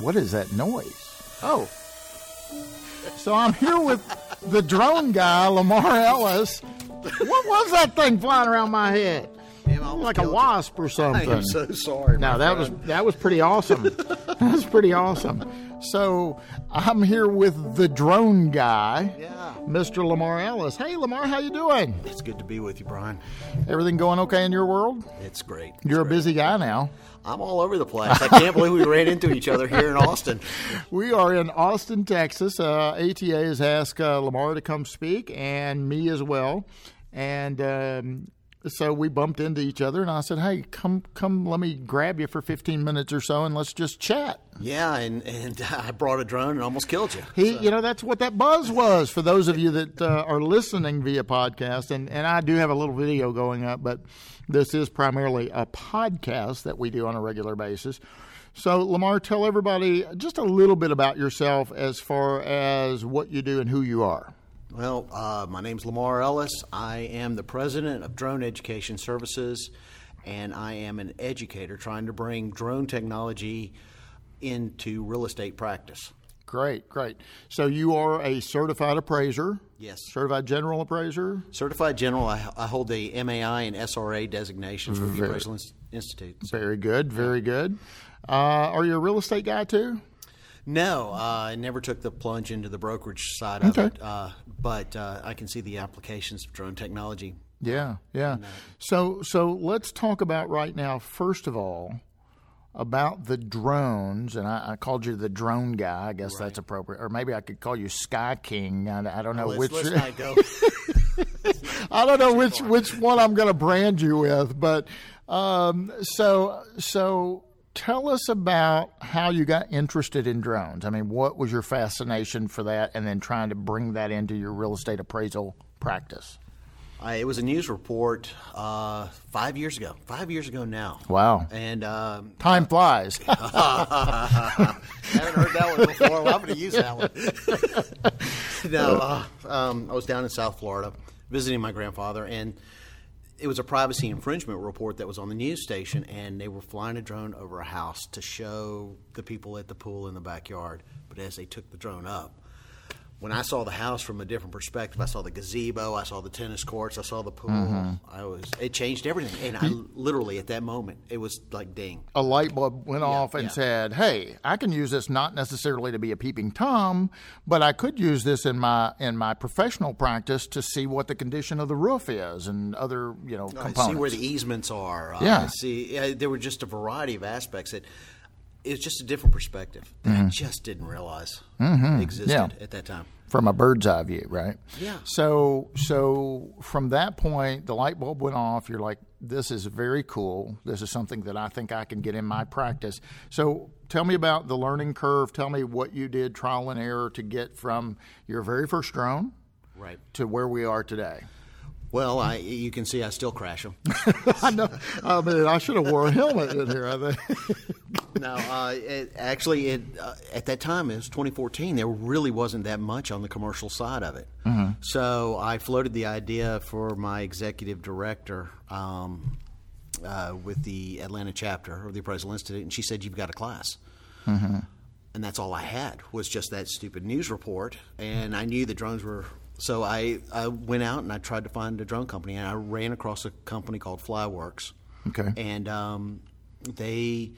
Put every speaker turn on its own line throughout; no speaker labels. What is that noise?
Oh,
So I'm here with the drone guy, Lamar Ellis. What was that thing flying around my head?
Damn, I almost
like a
killed you.
wasp or something.
I am so sorry.
Now
my
that was
friend.
that was pretty awesome. that was pretty awesome. So I'm here with the drone guy,
Yeah.
Mr. Lamar Ellis. Hey, Lamar, how you doing?
It's good to be with you, Brian.
Everything going okay in your world?
It's great.
You're a busy guy now.
I'm all over the place. I can't believe we ran into each other here in Austin.
We are in Austin, Texas. Uh, ATA has asked uh, Lamar to come speak and me as well. And um, so we bumped into each other, and I said, "Hey, come, come, let me grab you for 15 minutes or so, and let's just chat."
Yeah, and and I brought a drone and almost killed you.
He, you know, that's what that buzz was for those of you that uh, are listening via podcast. And, and I do have a little video going up, but this is primarily a podcast that we do on a regular basis. So, Lamar, tell everybody just a little bit about yourself as far as what you do and who you are.
Well, uh, my name's Lamar Ellis. I am the president of Drone Education Services, and I am an educator trying to bring drone technology into real estate practice.
Great, great. So, you are a certified appraiser?
Yes.
Certified general appraiser?
Certified general, I, I hold the MAI and SRA designations from the
Very-
Appraisal Inst- Institute.
Very good, very good. Uh, are you a real estate guy too?
No, uh, I never took the plunge into the brokerage side of
Okay.
it, uh, but uh, I can see the applications of drone technology.
Yeah, yeah.
uh,
So so let's talk about right now. First of all, about the drones, and I, I called you the drone guy. I guess that's appropriate, or maybe I could call you Sky King. I, I don't know
Let's,
which.
let's not go.
I don't know which which one I'm going to brand you with, but um, so so tell us about how you got interested in drones. I mean, what was your fascination for that, and then trying to bring that into your real estate appraisal practice?
I, it was a news report uh, five years ago. Five years ago now.
Wow,
And um,
time flies.
haven't heard that one before. Well, I'm going to use that one. no, uh, um, I was down in South Florida visiting my grandfather, and it was a privacy infringement report that was on the news station, and they were flying a drone over a house to show the people at the pool in the backyard. But as they took the drone up, when I saw the house from a different perspective, I saw the gazebo, I saw the tennis courts, I saw the pool. I was it changed everything, and I literally at that moment it was like ding.
a light bulb went off and
yeah.
said, "Hey, I can use this not necessarily to be a peeping tom, but I could use this in my in my professional practice to see what the condition of the roof is and other you know
Oh, I
components."
see where the easements are. Uh,
Yeah.
I see, yeah, there were just a variety of aspects that it's just a different perspective that I just didn't realize existed
Mm-hmm. yeah.
at that time.
from a bird's eye view, right?
Yeah.
So so from that point, the light bulb went off. You're like, this is very cool. This is something that I think I can get in my practice. So tell me about the learning curve. Tell me what you did trial and error to get from your very first drone
Right.
to where we are today.
Well, I you can see I still crash them.
I know. I mean, I should have wore a helmet in here. I think.
no, uh, it, actually, it, uh, at that time, it was 2014. There really wasn't that much on the commercial side of it. So I floated the idea for my executive director um, uh, with the Atlanta chapter of the Appraisal Institute, and she said, "You've got a class." and that's all I had was just that stupid news report. And I knew the drones were. So I, I went out and I tried to find a drone company, and I ran across a company called Flyworks.
Okay.
And um, they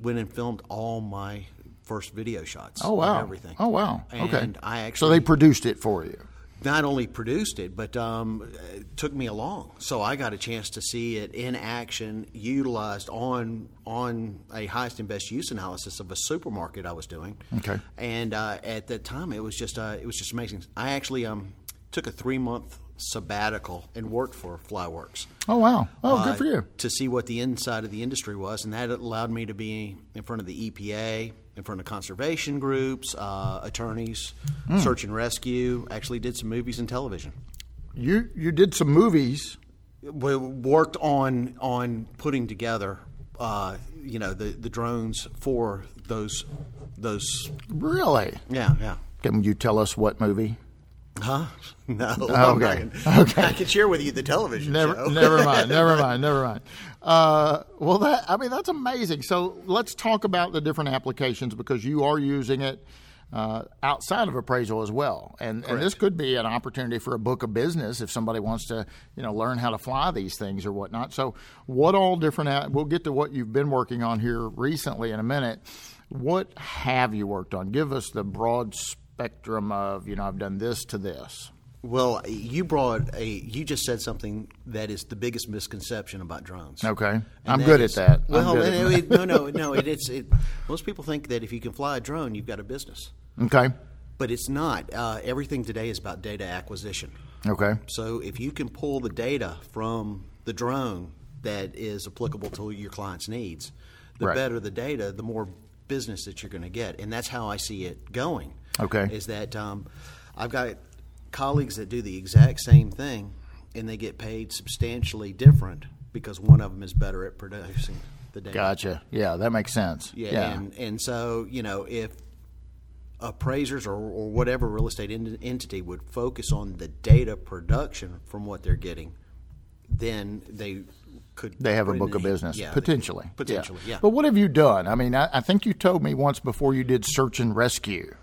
went and filmed all my first video shots.
Oh
of
wow!
Everything.
Oh wow!
And
okay.
I actually
so they produced it for you.
not only produced it, but um, it took me along. So I got a chance to see it in action, utilized on on a highest and best use analysis of a supermarket I was doing.
Okay.
And uh, at that time, it was just uh, it was just amazing. I actually um, took a three month sabbatical and worked for Flyworks.
Oh wow! Oh,
uh,
good for you.
To see what the inside of the industry was, and that allowed me to be in front of the EPA, in front of conservation groups, uh, attorneys,
Hmm.
search and rescue. Actually, did some movies and television.
You you did some movies.
We worked on on putting together, uh, you know, the, the drones for those those.
Really?
Yeah, yeah.
Can you tell us what movie?
Huh? No.
okay.
I, okay. I can share with you the television
Never,
show.
never mind. Never mind. Never mind. Uh, well, that I mean, that's amazing. So let's talk about the different applications because you are using it uh, outside of appraisal as well, and and this could be an opportunity for a book of business if somebody wants to you know learn how to fly these things or whatnot. So what all different? a- We'll get to what you've been working on here recently in a minute. What have you worked on? Give us the broad spectrum of you know I've done this to this.
Well, you brought a. You just said something that is the biggest misconception about drones.
Okay,
And
I'm good
is-
at that. I'm
Well,
good at
no, it- no, no, no. It, it's it, most people think that if you can fly a drone, you've got a business,
Okay.
but it's not. Uh, everything today is about data acquisition.
Okay.
So if you can pull the data from the drone that is applicable to your client's needs, the
Right.
better the data, the more business that you're going to get, and that's how I see it going.
Okay.
is that um, I've got colleagues that do the exact same thing, and they get paid substantially different because one of them is better at producing the data.
Gotcha. Yeah, that makes sense.
Yeah, And, and so, you know, if appraisers or, or whatever real estate en- entity would focus on the data production from what they're getting, then they could.
they have a
bring
book of
the-
business
yeah, they-
potentially.
Potentially, yeah.
But what have you done? I mean, I, I think you told me once before you did search and rescue.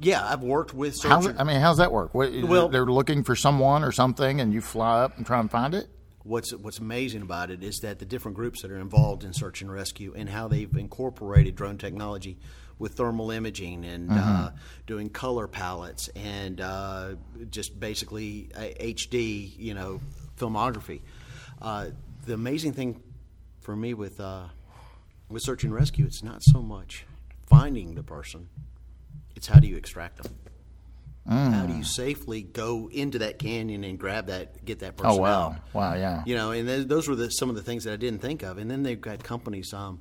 yeah, I've worked with search
How's
and-
it, I mean, how's that work? What,
Well-
they're looking for someone or something, and you fly up and try and find it.
what's what's amazing about it is that the different groups that are involved in search and rescue and how they've incorporated drone technology with thermal imaging and
Mm-hmm.
uh, doing color palettes and uh, just basically uh, HD, you know, filmography. Uh, the amazing thing for me with uh, with search and rescue, it's not so much finding the person; it's how do you extract them. How
Mm.
do you safely go into that canyon and grab that, get that person
Oh wow,
out?
wow, yeah.
you know, and th- those were the, some of the things that I didn't think of. And then they've got companies um,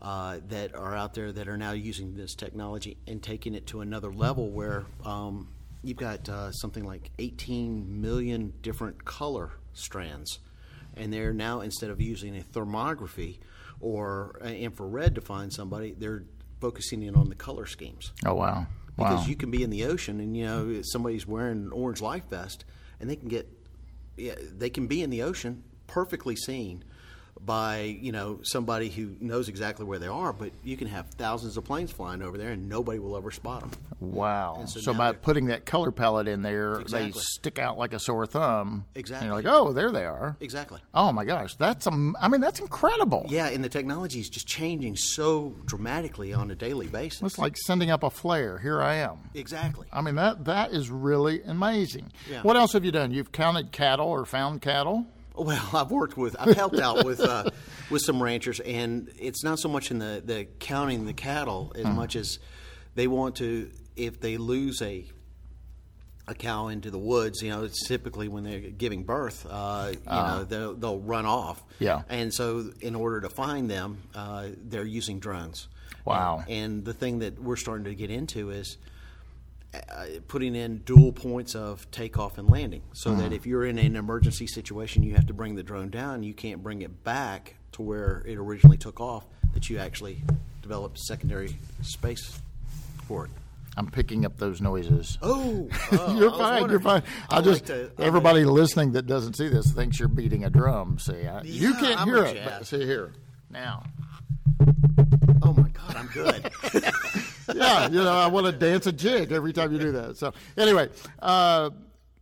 uh, that are out there that are now using this technology and taking it to another level where um, you've got uh, something like 18 million different color strands. And they're now, instead of using a thermography or uh, infrared to find somebody, they're focusing in on the color schemes
Oh wow,
because
wow.
you can be in the ocean and you know somebody's wearing an orange life vest and they can get yeah, they can be in the ocean perfectly seen by you know somebody who knows exactly where they are but you can have thousands of planes flying over there and nobody will ever spot them
Wow.
so
So,
now
by
they're-
putting that color palette in there, they
Exactly.
stick out like a sore thumb.
Exactly.
And you're like, oh, there they are.
exactly
Oh my gosh, that's am- I mean, that's incredible.
yeah and the technology is just changing so dramatically on a daily basis
It's like sending up a flare. Here I am.
exactly
I mean that that is really amazing.
Yeah.
What else have you done? You've counted cattle or found cattle?
Well, I've worked with, I've helped out with uh, with some ranchers, and it's not so much in the, the counting the cattle as much as they want to if they lose a a cow into the woods. You know, it's typically when they're giving birth. Uh, you know, they'll, they'll run off.
Yeah.
and so in order to find them, uh, they're using drones.
Wow.
And the thing that we're starting to get into is uh, putting in dual points of takeoff and landing so that
Mm-hmm.
if you're in an emergency situation, you have to bring the drone down. You can't bring it back to where it originally took off, that you actually develop secondary space for it.
I'm picking up those noises.
Oh,
you're fine. You're fine. I, just everybody listening that doesn't see this thinks you're beating a drum. See, I, you
Yeah,
can't
I'm
hear
a
it. But
jazz.
see here now.
Oh, my God, I'm good.
yeah, you know, I want to dance a jig every time you do that. So anyway, uh,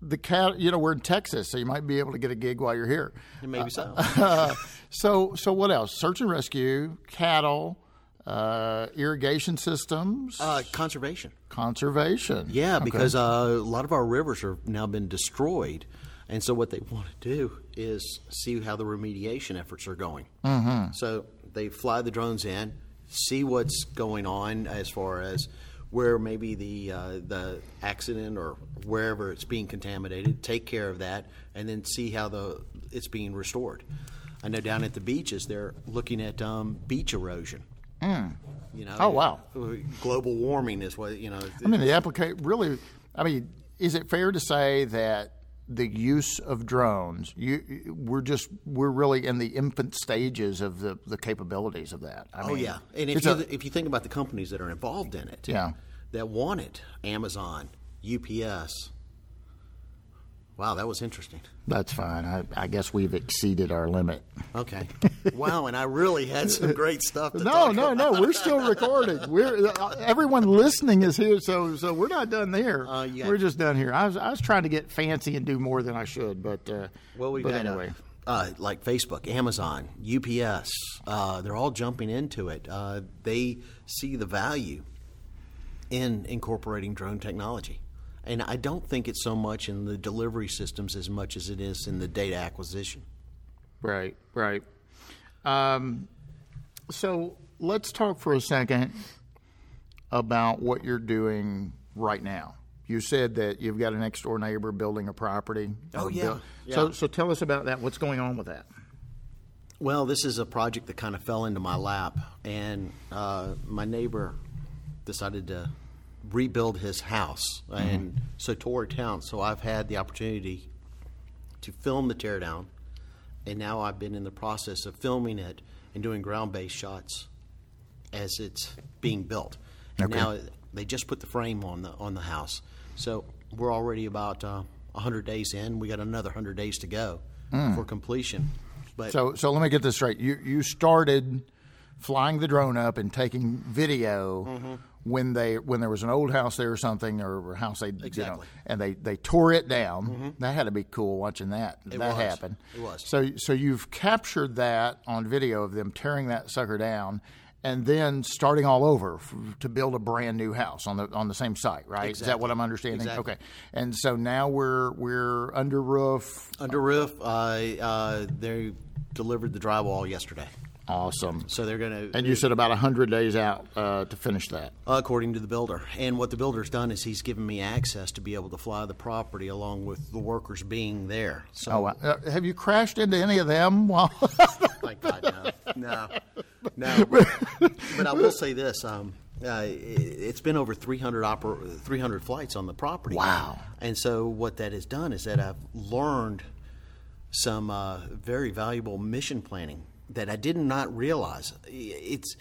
the cat. You know, we're in Texas, so you might be able to get a gig while you're here.
Maybe so.
Uh, so so what else? Search and rescue, cattle, uh, irrigation systems,
Uh, conservation.
conservation.
Yeah,
Okay.
because uh, a lot of our rivers have now been destroyed, and so what they want to do is see how the remediation efforts are going. Mm-hmm. So they fly the drones in, see what's going on as far as where maybe the uh, the accident or wherever it's being contaminated, take care of that, and then see how the it's being restored. I know down at the beaches they're looking at um, beach erosion. You know, uh,
Oh, wow. Oh,
Global warming is what you know.
I mean, the applicate really. I mean, is it fair to say that the use of drones, you, you- we're just we're really in the infant stages of the, the capabilities of that. I
Oh
mean,
yeah, and if
it's
you,
a-
if you think about the companies that are involved in it,
Yeah.
that want it, Amazon, UPS, Wow, that was interesting.
That's fine. I, I guess we've exceeded our limit.
Okay. wow, and I really had some great stuff. To
No,
talk
no,
about.
no. We're still recording. We're uh, everyone listening is here, so so we're not done there.
Uh, you got-
we're just done here. I was I was trying to get fancy and do more than I should, but uh,
Well, we've
but
got uh,
anyway.
uh, like Facebook, Amazon, UPS. Uh, they're all jumping into it. Uh, they see the value in incorporating drone technology, and I don't think it's so much in the delivery systems as much as it is in the data acquisition.
Right, right. Um, so let's talk for a second about what you're doing right now. You said that you've got a next door neighbor building a property.
Oh,
Or
yeah,
buil- So so tell us about that. What's going on with that?
Well, this is a project that kind of fell into my lap, and uh, my neighbor decided to rebuild his house, and so tore it down. So I've had the opportunity to film the teardown, and now I've been in the process of filming it and doing ground-based shots as it's being built. And
Okay.
now they just put the frame on the on the house, so we're already about uh, 100 days in. We got another 100 days to go for completion. But
So so let me get this straight. You you started flying the drone up and taking video
Mm-hmm.
when they when there was an old house there or something or a house they
Exactly.
and they they tore it down. That had to be cool watching that that
was.
happen.
It was.
So so you've captured that on video of them tearing that sucker down. And then starting all over f- to build a brand new house on the on the same site, right? Is that what I'm understanding?
Exactly.
Okay. And so now we're we're under roof.
Under roof, uh, uh, they delivered the drywall yesterday,
Awesome.
so they're going to,
And you said about 100 days out uh, to finish that.
according to the builder. And what the builder's done is he's given me access to be able to fly the property along with the workers being there. So,
Oh, wow. Uh, have you crashed into any of them? Well,
like God, no, no, no. but I will say this: um, uh, i- it's been over 300 oper- 300 flights on the property.
Wow.
And so what that has done is that I've learned some uh, very valuable mission planning that I did not realize. I- It's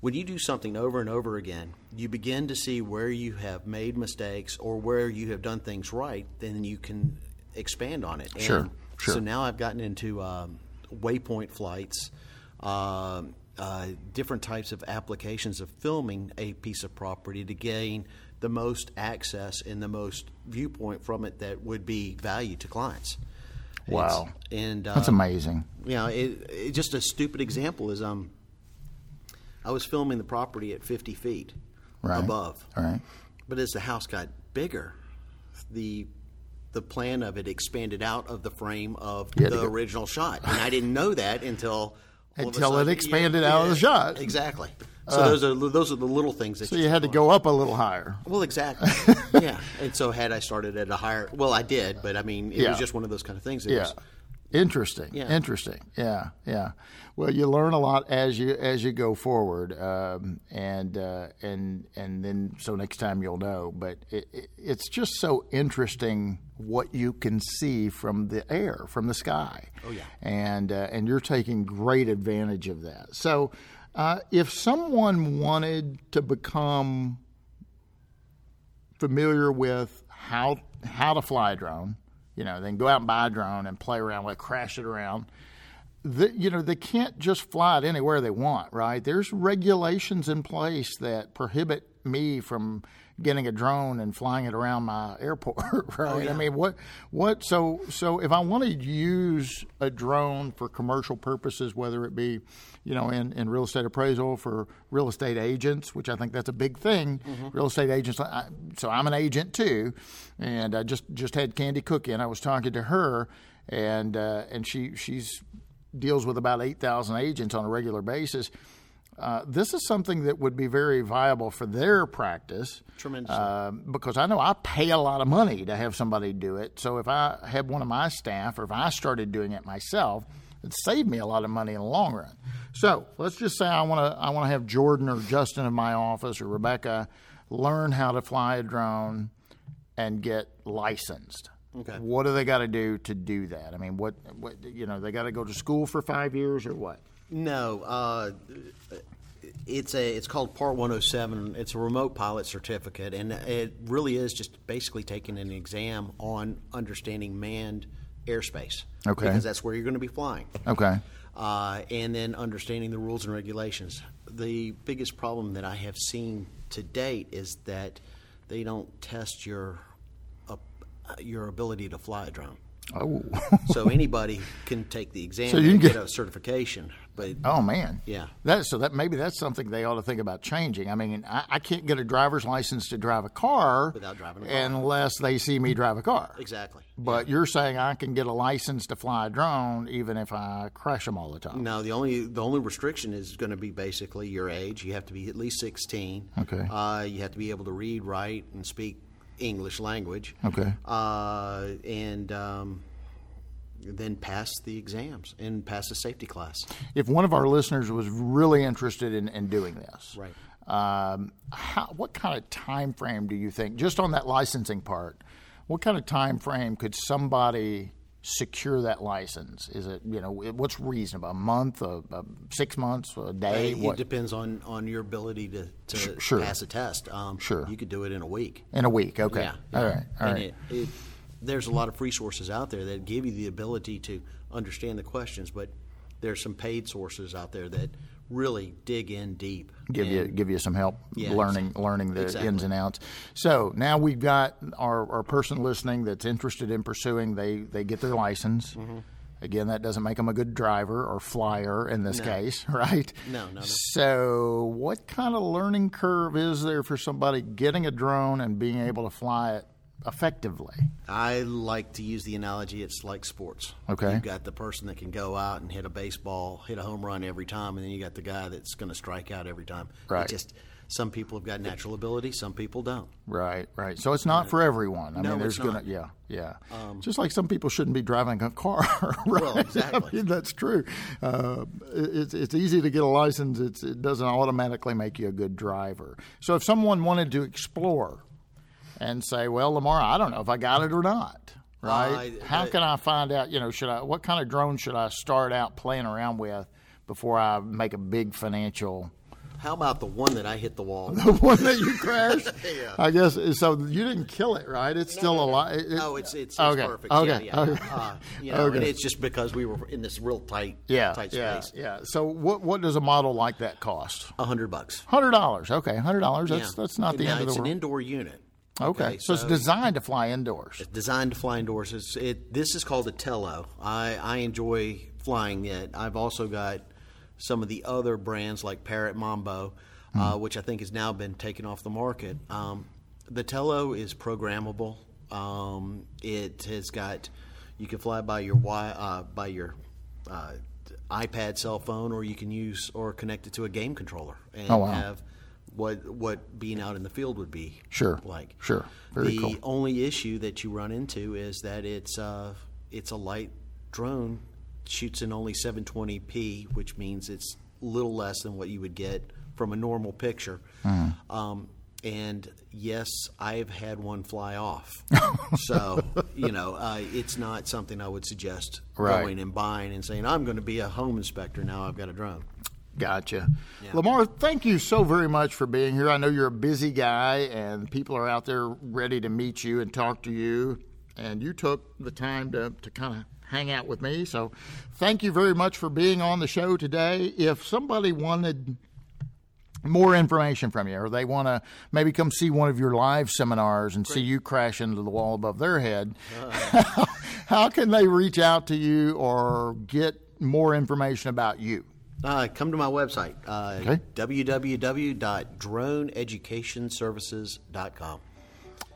when you do something over and over again, you begin to see where you have made mistakes or where you have done things right. Then you can expand on it. And
Sure, sure.
So now I've gotten into um, waypoint flights, um uh, different types of applications of filming a piece of property to gain the most access and the most viewpoint from it that would be value to clients.
Wow.
It's- and uh,
that's amazing.
you know, it, it, just a stupid example is um, I was filming the property at 50 feet
Right.
above,
All right.
but as the house got bigger, the the plan of it expanded out of the frame of
You had to
the
go-
original shot, and I didn't know that until all of a
Until it
sudden-
expanded out of the shot. Uh,
Exactly. So those are those are the little things that
So you had to go up a little higher.
well, exactly. yeah, and so had I started at a higher, well, I did, but I mean, it
Yeah.
was just one of those kind of things. It
Yeah.
was,
Interesting.
Yeah.
Interesting. Yeah. Yeah. Well, you learn a lot as you as you go forward, um, and uh, and and then so next time you'll know. But it, it, it's just so interesting what you can see from the air, from the sky. Oh
yeah.
And uh, and you're taking great advantage of that. So, uh, if someone wanted to become familiar with how how to fly a drone, you know, then go out and buy a drone and play around with it, crash it around. The, you know, they can't just fly it anywhere they want, right? There's regulations in place that prohibit me from getting a drone and flying it around my airport, right? I mean, what what so so if I want to use a drone for commercial purposes, whether it be, you know, in, in real estate appraisal for real estate agents, which I think that's a big thing. Real estate agents. I, so I'm an agent too, and I just just had Candy Cook in. I was talking to her, and uh, and she she's deals with about eight thousand agents on a regular basis. Uh, this is something that would be very viable for their practice.
Tremendously.
Um, because I know I pay a lot of money to have somebody do it. So if I had one of my staff or if I started doing it myself, it'd save me a lot of money in the long run. So let's just say I want to I want to have Jordan or Justin in my office or Rebecca learn how to fly a drone and get licensed.
Okay.
What do they got to do to do that? I mean, what, what you know, they got to go to school for five years or what?
No, uh, it's a it's called Part 107. It's a remote pilot certificate, and it really is just basically taking an exam on understanding manned airspace.
Okay.
because that's where you're going to be flying.
Okay.
Uh, and then understanding the rules and regulations. The biggest problem that I have seen to date is that they don't test your uh, your ability to fly a drone.
Oh.
So anybody can take the exam
you
and
can
get,
get-
a certification, but
Oh man.
Yeah.
That so that maybe that's something they ought to think about changing. I mean, I, I can't get a driver's license to drive a car
Without driving a car.
unless they see me drive a car.
exactly.
But you're saying I can get a license to fly a drone even if I crash them all the time.
No, the only the only restriction is going to be basically your age. You have to be at least sixteen.
Okay.
Uh, you have to be able to read, write, and speak English language.
Okay.
Uh, and um, then pass the exams and pass the safety class.
If one of our listeners was really interested in, in doing this,
Right.
Um, how, what kind of time frame do you think, just on that licensing part, what kind of time frame could somebody secure that license? Is it you know what's reasonable? A month, a, a six months, a day?
It,
what?
depends on, on your ability to, to
sure.
pass a test. Um,
Sure.
You could do it in a week.
in a week? Okay.
Yeah.
All right. All
and
right.
It, it, there's a lot of resources out there that give you the ability to understand the questions, but there's some paid sources out there that really dig in deep.
give you
and-
give you some help
Yeah,
learning learning the
exactly.
ins and outs. So now we've got our, our person listening that's interested in pursuing. They they get their license.
Mm-hmm.
Again, that doesn't make them a good driver or flyer in this case, right?
No, no, no.
So, what kind of learning curve is there for somebody getting a drone and being able to fly it effectively?
I like to use the analogy it's like sports.
Okay.
You've got the person that can go out and hit a baseball, hit a home run every time, and then you got the guy that's going to strike out every time. It
Right.
just some people have got natural ability, some people don't.
Right, right. So it's not for everyone. I
No,
mean, there's
it's
gonna,
not. Um,
yeah, yeah. Just like some people shouldn't be driving a car. Right?
Well, exactly.
I mean, that's true. Uh, it- it's it's easy to get a license. It's, it doesn't automatically make you a good driver. So if someone wanted to explore and say, well, Lamar, I don't know if I got it or not. Right?
Uh,
How
the-
can I find out? You know, should I? What kind of drone should I start out playing around with before I make a big financial?
How about the one that I hit the wall?
the one that you crashed. I guess so. You didn't kill it, right? It's still alive. It- it-
Oh, it's it's, it's
Okay,
perfect.
okay,
Yeah, yeah.
okay.
Uh, you know, and
Okay.
it's just because we were in this real tight
yeah,
tight
yeah,
space.
yeah. So what what does a model like that cost?
A hundred bucks.
Hundred dollars. Okay, hundred dollars. That's
Yeah.
that's not the
now,
end of
it's
the
an
world.
indoor unit.
Okay, so, it's designed to fly indoors.
designed to fly indoors. It's, it this is called a Tello. I I enjoy flying it. I've also got some of the other brands like Parrot Mambo,
Hmm.
uh, which I think has now been taken off the market. Um, the Tello is programmable. Um, it has got you can fly by your wi- uh, by your uh, iPad cell phone, or you can use or connect it to a game controller and
Oh, wow.
have what what being out in the field would be
Sure.
like
Sure. Very
the
cool.
only issue that you run into is that it's uh, it's a light drone, shoots in only 720p, which means it's little less than what you would get from a normal picture.
Hmm.
Um, and yes, I've had one fly off, so you know uh, it's not something I would suggest
Right.
going and buying and saying I'm going to be a home inspector now. I've got a drone.
Gotcha. Lamar, thank you so very much for being here. I know you're a busy guy and people are out there ready to meet you and talk to you. And you took the time to, to kind of hang out with me. So thank you very much for being on the show today. If somebody wanted more information from you or they want to maybe come see one of your live seminars and see you crash into the wall above their head, how can they reach out to you or get more information about you?
Uh, come to my website, uh,
Okay.
www.droneeducationservices.com.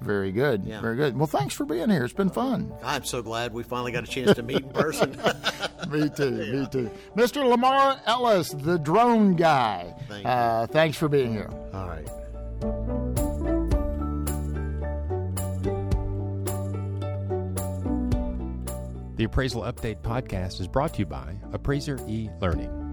Very good. Very good. Well, thanks for being here. It's been fun.
I'm so glad we finally got a chance to meet in person.
me too. Me too. Mr. Lamar Ellis, the drone guy.
Thank you.
uh, thanks for being here.
All right.
The Appraisal Update podcast is brought to you by Appraiser e Learning.